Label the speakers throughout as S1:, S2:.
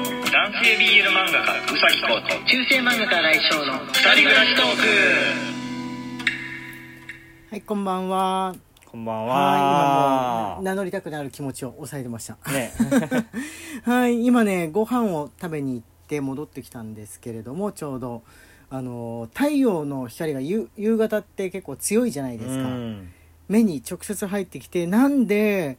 S1: 系 BL 漫画家うさぎこと
S2: 中世漫画家来翔の二
S1: 二人暮らしトーク
S2: はいこんばんは
S3: こんば
S2: は
S3: ん
S2: い今も
S3: は。
S2: 名乗りたくなる気持ちを抑えてました
S3: ね、
S2: はい今ねご飯を食べに行って戻ってきたんですけれどもちょうどあの太陽の光が夕夕方って結構強いじゃないで
S3: う
S2: すか、
S3: ん、
S2: 目に直接入ってきてなんで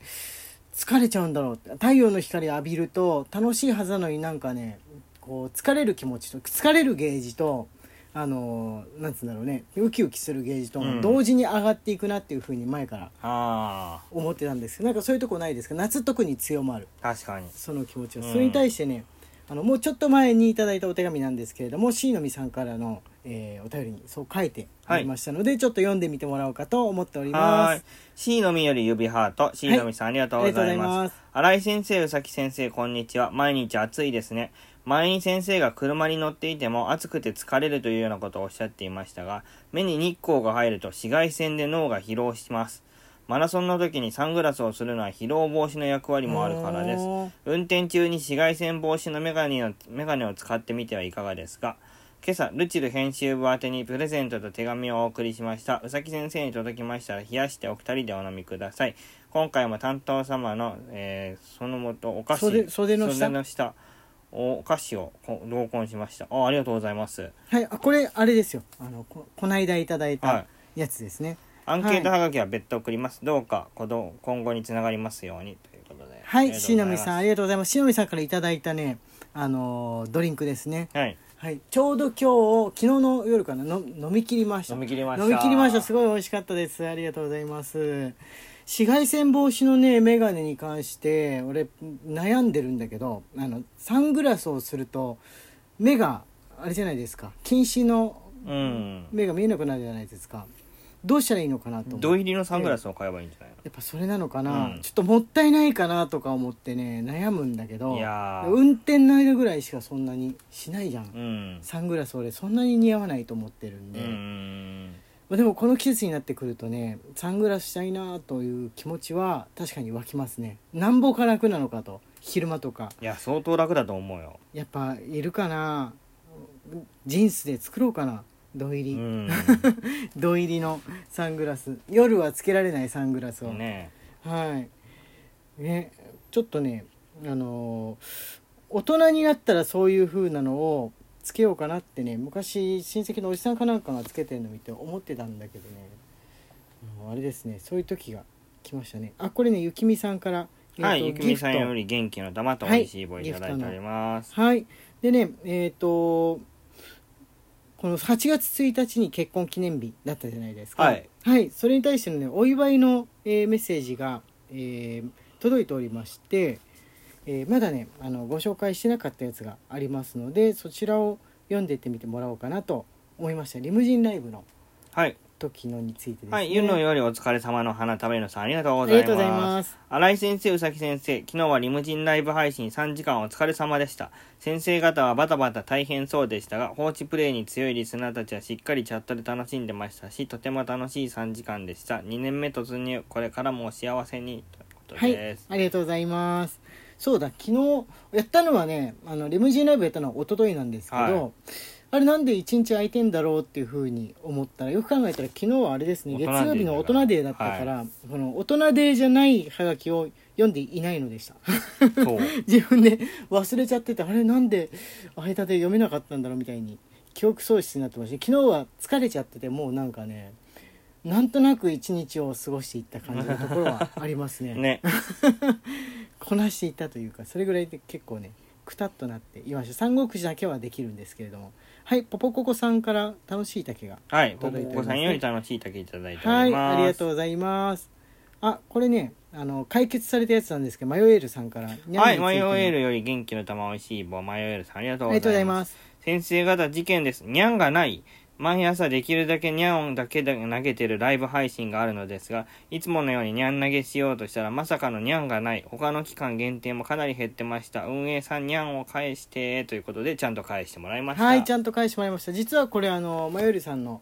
S2: 疲れちゃうんだろうって太陽の光浴びると楽しいはずなのになんかねこう疲れる気持ちと疲れるゲージとあのーなんつうんだろうねウキウキするゲージと
S3: うん
S2: 同時に上がっていくなっていうふうに前から
S3: あ
S2: 思ってたんですけどなんかそういうとこないですか夏特に強まる
S3: あ、確かに。
S2: その気持ちを、
S3: うん
S2: それに対してねあのもうちょっと前にいただいたお手紙なんですけれども C のみさんからの、えーお便りにそう書いてありましたので、ちょっと読んでみてもらおうかと思っており
S3: は
S2: ま
S3: ー
S2: す
S3: い。。C のみより指ハート、C のみさん、ありがとうござい
S2: ありがとうございま
S3: ますす。新井先生、宇崎先生、こんにちは。毎日暑いですね。前に先生が車に乗っていても暑くて疲れるというようなことをおっしゃっていましたが、目に日光が入ると紫外線で脳が疲労します。マラソンの時にサングラスをするのは疲労防止の役割もあるからです。運転中に紫外線防止のメガネをメガネを使ってみてはいかがですか今朝、ルチル編集部宛てにプレゼントと手紙をお送りしました。うさき先生に届きましたら、冷やしてお二人でお飲みください。今回も担当様の、えーそのもとお菓子、
S2: 袖袖の下
S3: 下おお菓子をこ同梱しましたあ。ありがとうございます。
S2: はい、あこれあれですよあのここないだいただいた
S3: は
S2: やつですね
S3: アンケートはがきは別途送ります。どうかこど今後につながりますようにということで。
S2: は
S3: あり
S2: い
S3: がとう
S2: し
S3: ござ
S2: のみ
S3: ます
S2: さんありがとうございますしのみさんからいただいたねあのードリンクですね
S3: はい。
S2: はいちょうど今日昨日の夜かなの飲み切りました
S3: 飲み切りました
S2: 飲み切りましたすごい美味しかったですありがとうございます紫外線防止のねメガネに関して俺悩んでるんだけどあのサングラスをすると目があれじゃないですか近視の
S3: うん。
S2: 目が見えなくなるじゃないですかどうしたらいいのかなと思って
S3: 土入りのサングラスを買えばいいんじゃないの
S2: やっぱそれなのかな、
S3: うん
S2: ちょっともったいないかなとか思ってね悩むんだけど
S3: いやー
S2: 運転の間ぐらいしかそんなにしないじゃん、
S3: うん。
S2: サングラス俺そんなに似合わないと思ってるん
S3: う
S2: で、
S3: ん。
S2: まあ、でもこの季節になってくるとねサングラスしたいなという気持ちは確かに湧きますねなんぼか楽なのかと昼間とか
S3: いや、相当楽だと思うよ。
S2: やっぱいるかなジンスで作ろうかな土入
S3: う
S2: り、
S3: ん。
S2: 土入りのサングラス夜はつけられないサングラスを
S3: ね
S2: はい。ね、ちょっとね、あのー大人になったらそういう風なのをつけようかなってね、昔親戚のおじさんかなんかがつけてるの見て思ってたんだけどね、もうあれですね、そういう時が来ましたね。あ、これね、ゆきみさんから、えーと
S3: はい、ゆきみさん
S2: ギフト
S3: より元気の玉と美味しい棒いただいております。
S2: はい。でね、えっ、と、この8月1日に結婚記念日だったじゃないですか。
S3: はい。
S2: それに対してのね、お祝いの、えーメッセージが、えー届いておりまして、えーまだね、あの、ご紹介してなかったやつがありますので、そちらを読んでってみてもらおうかなと思いました。リムジンライブの
S3: はい。
S2: 時のについてですね。
S3: はい、ゆのよりお疲れ様の花食べのさん、ありがとう
S2: あ
S3: ご
S2: り
S3: ざ
S2: が
S3: い
S2: とうござい
S3: ます。
S2: ます。
S3: 新井先生、宇崎先生、昨日はリムジンライブ配信3時間お疲れ様でした。先生方はバタバタ大変そうでしたが、放置プレイに強いリスナーたちはしっかりチャットで楽しんでましたし、とても楽しい3時間でした。2年目突入、これからもお幸せに、ということ
S2: はい
S3: です。、
S2: ありがとうございます。そうだ、昨日やったのはね、あのリムジンライブやったのは一昨日なんですけど、
S3: はい
S2: あれなんで一日空いてんだろうっていうふうに思ったら、よく考えたら昨日はあれですね、
S3: 大人
S2: 月
S3: デーだから
S2: 曜日の大人デーだったから、この大人デーじゃないハガキを読んでいないのでした。
S3: そう。
S2: 自分で忘れちゃってて、あれなんで間で読めなかったんだろうみたいに記憶喪失になってました。昨日は疲れちゃってて、もうなんかね、なんとなく一日を過ごしていった感じのところはありますね。
S3: ね。
S2: こなしていたというかそれぐらいで結構ねくたっとなっていました三国志だけはできるんですけれどもはいポポココさんから楽しい竹が
S3: はい、ポ
S2: 届いておりますね
S3: ッコさんより楽しい竹いただいております。
S2: はいありがとうございますあこれねあの解決されたやつなんですけどマヨエールさんから
S3: はい、マヨエー
S2: ル
S3: ルより元気の玉美味しい棒、マヨエールさん、ありがと
S2: あ
S3: う
S2: り
S3: ご
S2: がとうご
S3: ざ
S2: ざい
S3: います。
S2: ます
S3: 先生方、事件です。にゃんがない。毎朝できるだけにゃんだけ投げてるライブ配信があるのですが、いつものようににゃん投げしようとしたら、まさかのにゃんがない。他の期間限定もかなり減ってました。運営さん、にゃんを返して、ということで、ちゃんと返してもらいました。
S2: はいちゃんと返してもらいました実はこれあのマヨエールさんの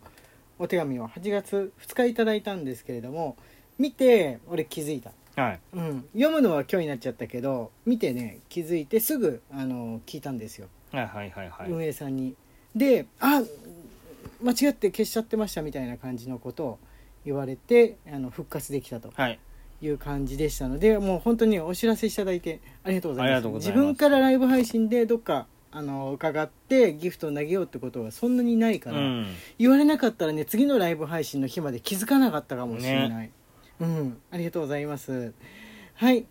S2: お手紙を8月2日いただいたんですけれども見て俺気づいた
S3: はい。
S2: うん、読むのは今日になっちゃったけど見てね気づいてすぐあの聞いたんですよ、
S3: はいはいはいはい。
S2: 運営さんに。で「あ間違って消しちゃってました」みたいな感じのことを言われてあの復活できたと
S3: はい。
S2: いう感じでしたのでもう本当にお知らせいただいてありがとうござい
S3: あり
S2: ま
S3: が
S2: す
S3: とうござい
S2: 自
S3: ます
S2: 分からライブ配信でどっかあの伺ってギフトを投げようってことはそんなにないうから、
S3: ん。
S2: 言われなかったらね次のライブ配信の日まで気づかなかったかもしれない、うんありがとうございますはい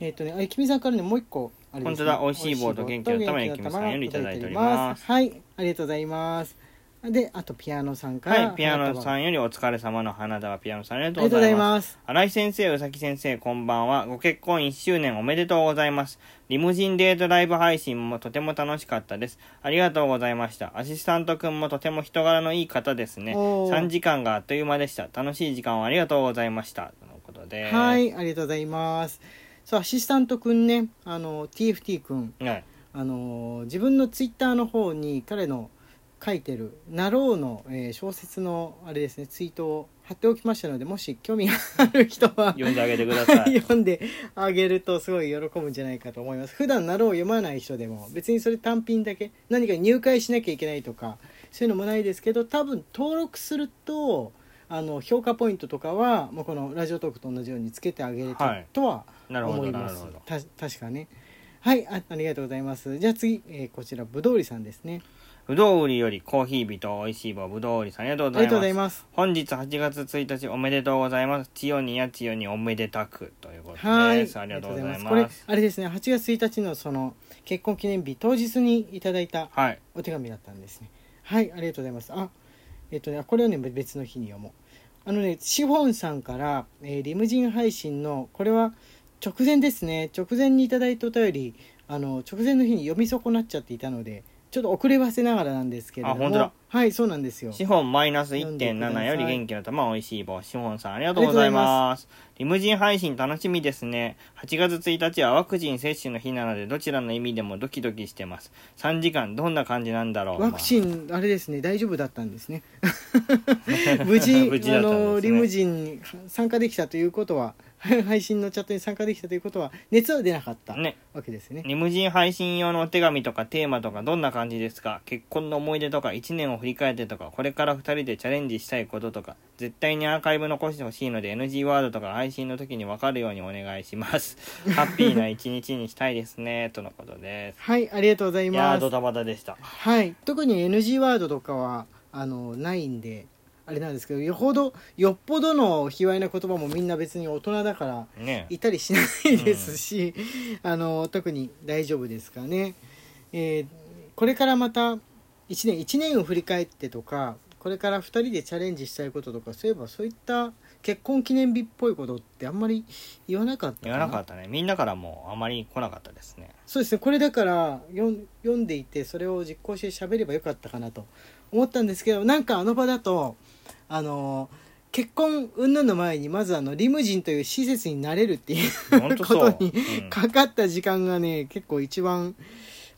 S2: えっ、とねあゆきみさんからねもう一個あれですね
S3: 本当だ美味しい棒と元気の玉ゆきみさんよりいただいております
S2: はいありがとうございますであとピアノさんから、
S3: はい。ピアノさ
S2: あ
S3: んよりお疲れ様の花束ピアノさんあり
S2: り
S3: が
S2: が
S3: と
S2: とうご
S3: うござ
S2: ざ
S3: い
S2: い
S3: ます。
S2: ます
S3: 新井先生、宇崎先生、こんばんは。ご結婚1周年おめでとうございます。リムジンデートライブ配信もとても楽しかったです。ありがとうございました。アシスタントくんもとても人柄のいい方ですね。
S2: おー
S3: 3時間があっという間でした。楽しい時間をありがとうございました。とのことで。
S2: はいありがとうございますそうアシスタントくんねあの TFT くん
S3: はい。
S2: あのー自分のツイッターの方に彼の書いてる「なろうの」えー小説のあれですねツイートを貼っておきましたのでもし興味がある人は
S3: 読んであげてく ださい。
S2: 読んであげるとすごい喜ぶんじゃないかと思います普段なろうを読まない人でも別にそれ単品だけ何か入会しなきゃいけないとかそういうのもないですけど多分登録するとあの評価ポイントとかはもうこのラジオトークと同じようにつけてあげれ
S3: は
S2: た
S3: い
S2: とは、
S3: なるほ
S2: 思
S3: ど、
S2: い
S3: な
S2: ま
S3: る
S2: す
S3: ほど。
S2: た確かねはいあありがとうございますじゃあ次、えーこちらぶどうりさんですね
S3: ぶどう売りよりコーヒー日と美味しい棒、ぶどう売りさんありがとう
S2: あ
S3: ご
S2: り
S3: ざ
S2: がとうござ
S3: い
S2: い
S3: ます。
S2: ます
S3: 本日8月1日おめでとうございます。千代にや千代におめでたくということです。
S2: はい
S3: ありがとう
S2: ありがとうご
S3: ございます。
S2: ざいますこれあれですね8月1日のその結婚記念日当日にいただいた
S3: はい。
S2: お手紙だったんですねはいありがとうございますあえっとねあこれはね別の日に読もうあのねシフォンさんから、えーリムジン配信のこれは直前ですね直前にいただいたお便りあの直前の日に読み損なっちゃっていたのでちょっと遅ればせながらなんですけれども
S3: あ本当だ
S2: はいそうなんですよ
S3: 資本マイナス
S2: 読んでくださ
S3: 1.7
S2: い
S3: より元気の玉美味しい棒。資本さんありがとうございます。リムジン配信楽しみですね。8月1日はワクチン接種の日なので、どちらの意味でもドキドキしてます。3時間どんな感じなんだろう。
S2: ワクチ
S3: ン、
S2: ンあれですね大丈夫だったんです ね無事あ
S3: 無事だったんですね
S2: のリムジンに参加できたということは配信のチャットに参加できたということは熱は出なかった
S3: ね。
S2: わけですね
S3: リムジン配信用のお手紙とかテーマとかどんな感じですか結婚の思い出とか1年を振り返ってとかこれから2人でチャレンジしたいこととか絶対にアーカイブ残してほしいので NG ワードとか配信の時に分かるようにお願いしますハッピーな一日にしたいですねとのことです
S2: はいありがとうござい
S3: いや
S2: ま
S3: ー
S2: す
S3: ドタバタでした
S2: はい特に NG ワードとかはあのないんであれなんですけどよほどよっぽどの卑猥な言葉もみんな別に大人だから
S3: ね
S2: いたりしないですし、あの特に大丈夫ですかね、えーこれからまた1年1年を振り返ってとかこれから2人でチャレンジしたいこととかそういえばそういった結婚記念日っぽいことってあんまり言わなかった
S3: 言わなかったねみんなからもうあまり来なかったです ね
S2: そうですねこれだから読ん読んでいてそれを実行して喋ればよかったかなと思ったんですけどなんかあの場だとあの結婚云々の前にまずあのリムジンという施設になれるっていう
S3: ほんとそ
S2: こ
S3: う、
S2: とに
S3: うん
S2: かかった時間がね結構一番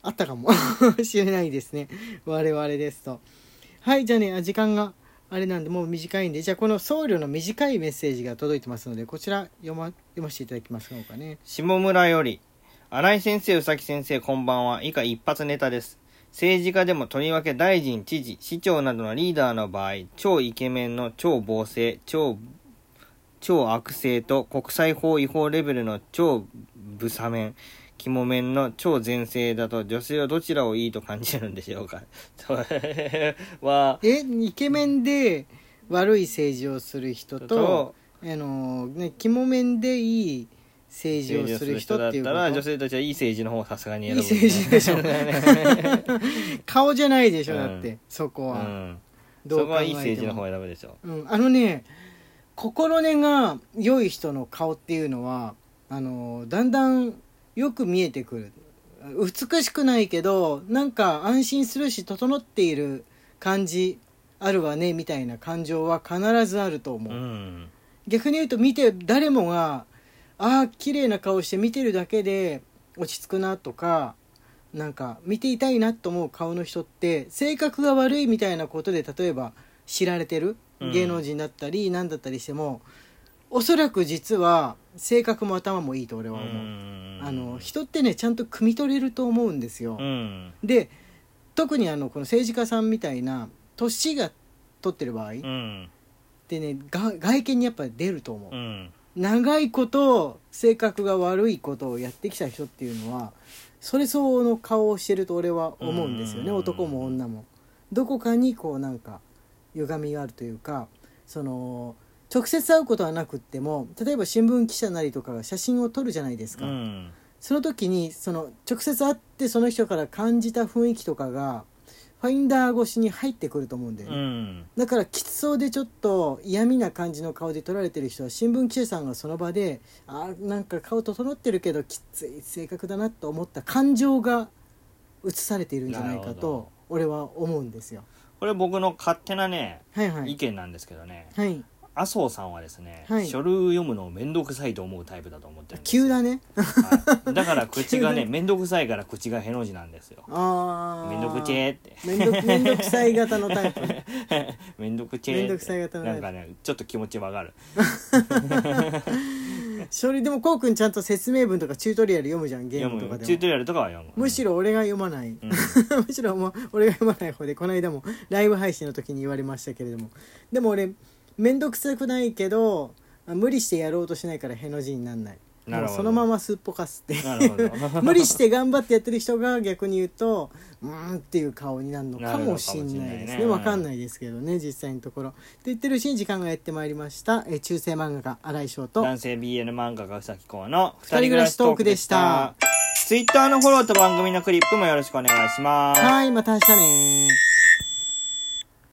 S2: あったかも しれないですね我々ですとはいじゃあねあ時間があれなんでもう短いんでじゃあこの僧侶の短いメッセージが届いてますのでこちら読ま読ませていただきましょうかね
S3: 下村より新井先生宇崎先生こんばんは以下一発ネタです政治家でもとりわけ大臣知事市長などのリーダーの場合超イケメンの超暴政超超悪性と国際法違法レベルの超ブサメン肝面の超前世だと女性はどちらをいいと感じるんでしょうか それは
S2: えイケメンで悪い政治をする人と
S3: と
S2: あのね肝面でいい政治をする人っ
S3: だって
S2: いうこ
S3: た
S2: と
S3: ら女性たちはいい政治の方をさすがに
S2: いい
S3: 選ぶね、
S2: 政治でしょ 顔じゃないでしょだって、
S3: うん
S2: そこ
S3: う
S2: は、
S3: ん
S2: どう
S3: そこ
S2: 考
S3: は
S2: え
S3: いい
S2: ても
S3: 政治の方を選ぶでしょ
S2: うん、あのね心根が良い人の顔っていうのはあのだんだんよく見えてくる美しくないけどなんか安心するし整っている感じあるわねみたいな感情は必ずあると思
S3: う
S2: う、
S3: ん
S2: 逆に言うと見て誰もがああ綺麗な顔して見てるだけで落ち着くなとかなんか見ていたいなと思う顔の人って性格が悪いみたいなことで例えば知られてる
S3: うん
S2: 芸能人だったり何だったりしても、おそらく実は性格も頭もいいと俺は思う、
S3: ん
S2: あの人ってねちゃんと汲み取れると思うんですよ、
S3: うん
S2: で特にあのこの政治家さんみたいな年が取ってる場合っ
S3: うん
S2: てねが外見にやっぱ出ると思う、
S3: うん
S2: 長いこと性格が悪いことをやってきた人っていうのはそれ相応の顔をしてると俺は思うんですよね
S3: うん
S2: 男も女もどこかにこうなんか歪みがあるというかその直接会うことはなくっても例えば新聞記者なりとかが写真を撮るじゃないですか、
S3: うん
S2: その時にその直接会ってその人から感じた雰囲気とかがファインダー越しに入ってくると思うんだよね、
S3: うん
S2: だからきつそうでちょっと嫌味な感じの顔で撮られてる人は新聞記者さんがその場であーなんか顔整ってるけどきつい性格だなと思った感情が映されているんじゃない
S3: な
S2: か
S3: るほど
S2: と俺は思うんですよ。
S3: これ僕の勝手なね
S2: はいは
S3: 意
S2: い、
S3: 見なんですけどね
S2: はい、
S3: 麻生さんはですね、
S2: はい
S3: 書類を読むのを面倒くさいと思うタイプだと思ってるんですよ
S2: 急だね。
S3: はいだから口 が
S2: 急
S3: ね面倒くさいから口がへの字なんですよ
S2: ああ。
S3: 面倒くち。えって
S2: めんどくめんどくさい型のタイプ。
S3: 面倒くちえ
S2: めんどくさい方のタ
S3: な
S2: イプ
S3: んかねちょっと気持ちわかる
S2: それでもこうくんちゃんと説明文とかチュートリアル読むじゃんゲー
S3: 読
S2: ムとか
S3: む
S2: で
S3: チュー
S2: も。
S3: トリアルとかは読む
S2: むしろ俺が読まない。
S3: うん
S2: むしろもう俺が読まない方でこの間もライブ配信の時に言われましたけれどもでも俺面倒くさくないけどあ無理してやろうとしないからへの字になんない
S3: なるほ
S2: もう
S3: ど
S2: そのまますっぽかすって
S3: なるほ ど
S2: 無理して頑張ってやってる人が逆に言うとうーんっていう顔になるのかもしんないです
S3: なるのかもしんない
S2: ね
S3: ね
S2: わかんないですけどね実際のところって言ってるうちに時間がやってまいりましたえー中世漫画家新井翔と
S3: 男性 BL 漫画がうさきこうの
S2: 二人暮らしトークでした
S3: ツイッターのフォローと番組のクリップもよろしくお願いします
S2: はいまた明日ね